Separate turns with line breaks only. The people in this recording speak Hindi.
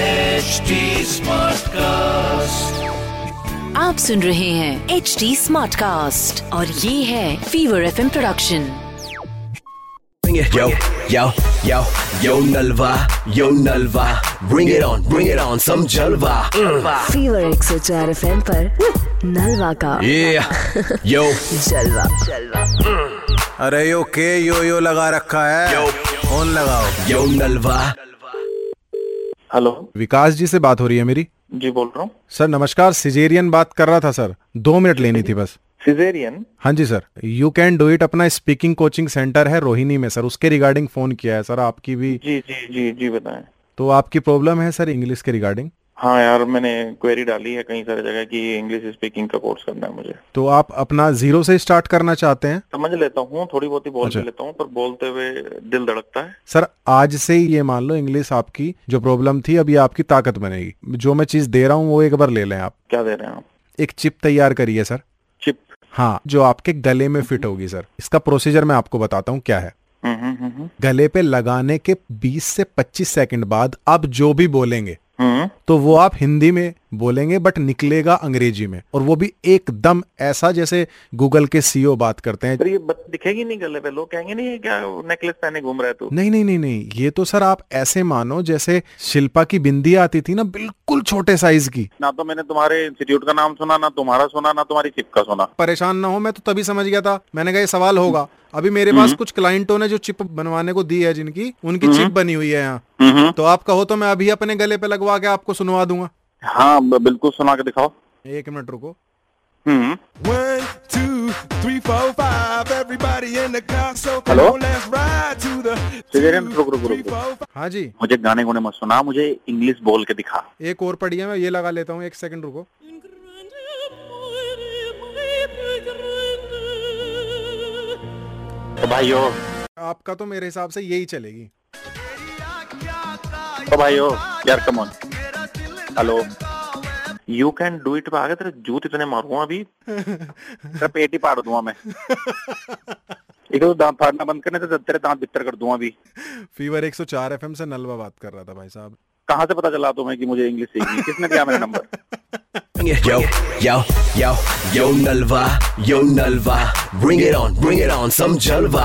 HD Smartcast.
आप सुन रहे हैं एच डी स्मार्ट कास्ट और ये है fever F production
Bring it. Yo, yo, yo, yo Nalva, yo Nalva. Bring it on, bring it on, some Jalva. Mm.
Fever एक सौ चार एफ एम नलवा का
Yeah, yo,
जलवा जलवा
अरे यो के यो यो लगा रखा है
Yo.
फोन लगाओ
yo Nalva.
Hello
Vikas ji से बात हो रही है मेरी
जी बोल रहा हूँ
सर नमस्कार सिजेरियन बात कर रहा था सर दो मिनट लेनी थी बस
सिजेरियन
हाँ जी sir you can do it अपना स्पीकिंग कोचिंग सेंटर है रोहिणी में सर उसके रिगार्डिंग फोन किया है सर आपकी भी
जी जी जी जी बताएं
तो आपकी प्रॉब्लम है सर इंग्लिश के रिगार्डिंग
हाँ यार मैंने क्वेरी डाली है कई सारी जगह कि इंग्लिश स्पीकिंग का कोर्स करना है मुझे
तो आप अपना जीरो से स्टार्ट करना चाहते हैं
समझ लेता हूँ थोड़ी बहुत ही बोल भी
अच्छा।
लेता हूँ पर बोलते हुए दिल धड़कता है
सर आज से ही ये मान लो इंग्लिश आपकी जो प्रॉब्लम थी अब ये आपकी ताकत बनेगी जो मैं चीज दे रहा हूँ वो एक बार ले लें आप
क्या दे रहे हैं आप
एक चिप तैयार करिए सर
चिप
हाँ जो आपके गले में फिट होगी सर इसका प्रोसीजर मैं आपको बताता हूँ क्या है
हम्म हम्म हम्म,
गले पे लगाने के 20 से 25 सेकंड बाद आप जो भी बोलेंगे
हम्म
तो वो आप हिंदी में बोलेंगे बट निकलेगा अंग्रेजी में और वो भी एकदम ऐसा जैसे गूगल के सीईओ बात करते हैं
पर ये बत दिखेगी नहीं गले पे लोग कहेंगे नहीं ये क्या नेकलेस पहने घूम रहा है तू
नहीं नहीं नहीं नहीं ये तो सर आप ऐसे मानो जैसे शिल्पा की बिंदी आती थी ना बिल्कुल छोटे साइज की
ना तो मैंने तुम्हारे इंस्टीट्यूट का नाम सुना ना तुम्हारा सुना ना तुम्हारी चिप का सुना
परेशान ना हो मैं तो तभी समझ गया था मैंने कहा ये सवाल होगा अभी मेरे पास कुछ क्लाइंटों ने जो चिप बनवाने को दी है जिनकी उनकी चिप बनी हुई है यहाँ
हम्म
तो आप कहो तो मैं अभी अपने गले पे लगवा के आपको सुनवा दूंगा
हाँ ब- बिल्कुल सुना के दिखाओ
एक मिनट रुको
हम्म
One, two, three, four, five. Everybody in the car, so come
Hello?
on, let's ride to the.
Civilian,
two,
रुक, रुक,
three,
रुक, रुक.
four, five.
हाँ जी
मुझे गाने गुने मत सुना मुझे इंग्लिश बोल के दिखा
एक और पड़ी है मैं ये लगा लेता हूँ एक सेकंड रुको
तो भाइयों
आपका तो मेरे हिसाब से यही चलेगी
तो ओ भाइयों यार come on hello you can do it पे आगे तेरे जूत इतने मारूंगा अभी तेरा पेट ही फाड़ दूंगा मैं एक तो दांत फाड़ना बंद करने से तेरे दांत भीतर कर दूंगा अभी
फीवर 104 एफएम से नलवा बात कर रहा था भाई साहब
कहाँ से पता चला तुम्हें कि मुझे इंग्लिश सीखनी किसने दिया मेरा number
Bring it. Yo, yo, yo, yo Nalva, yo Nalva. Bring it on, bring it on, some Jalva.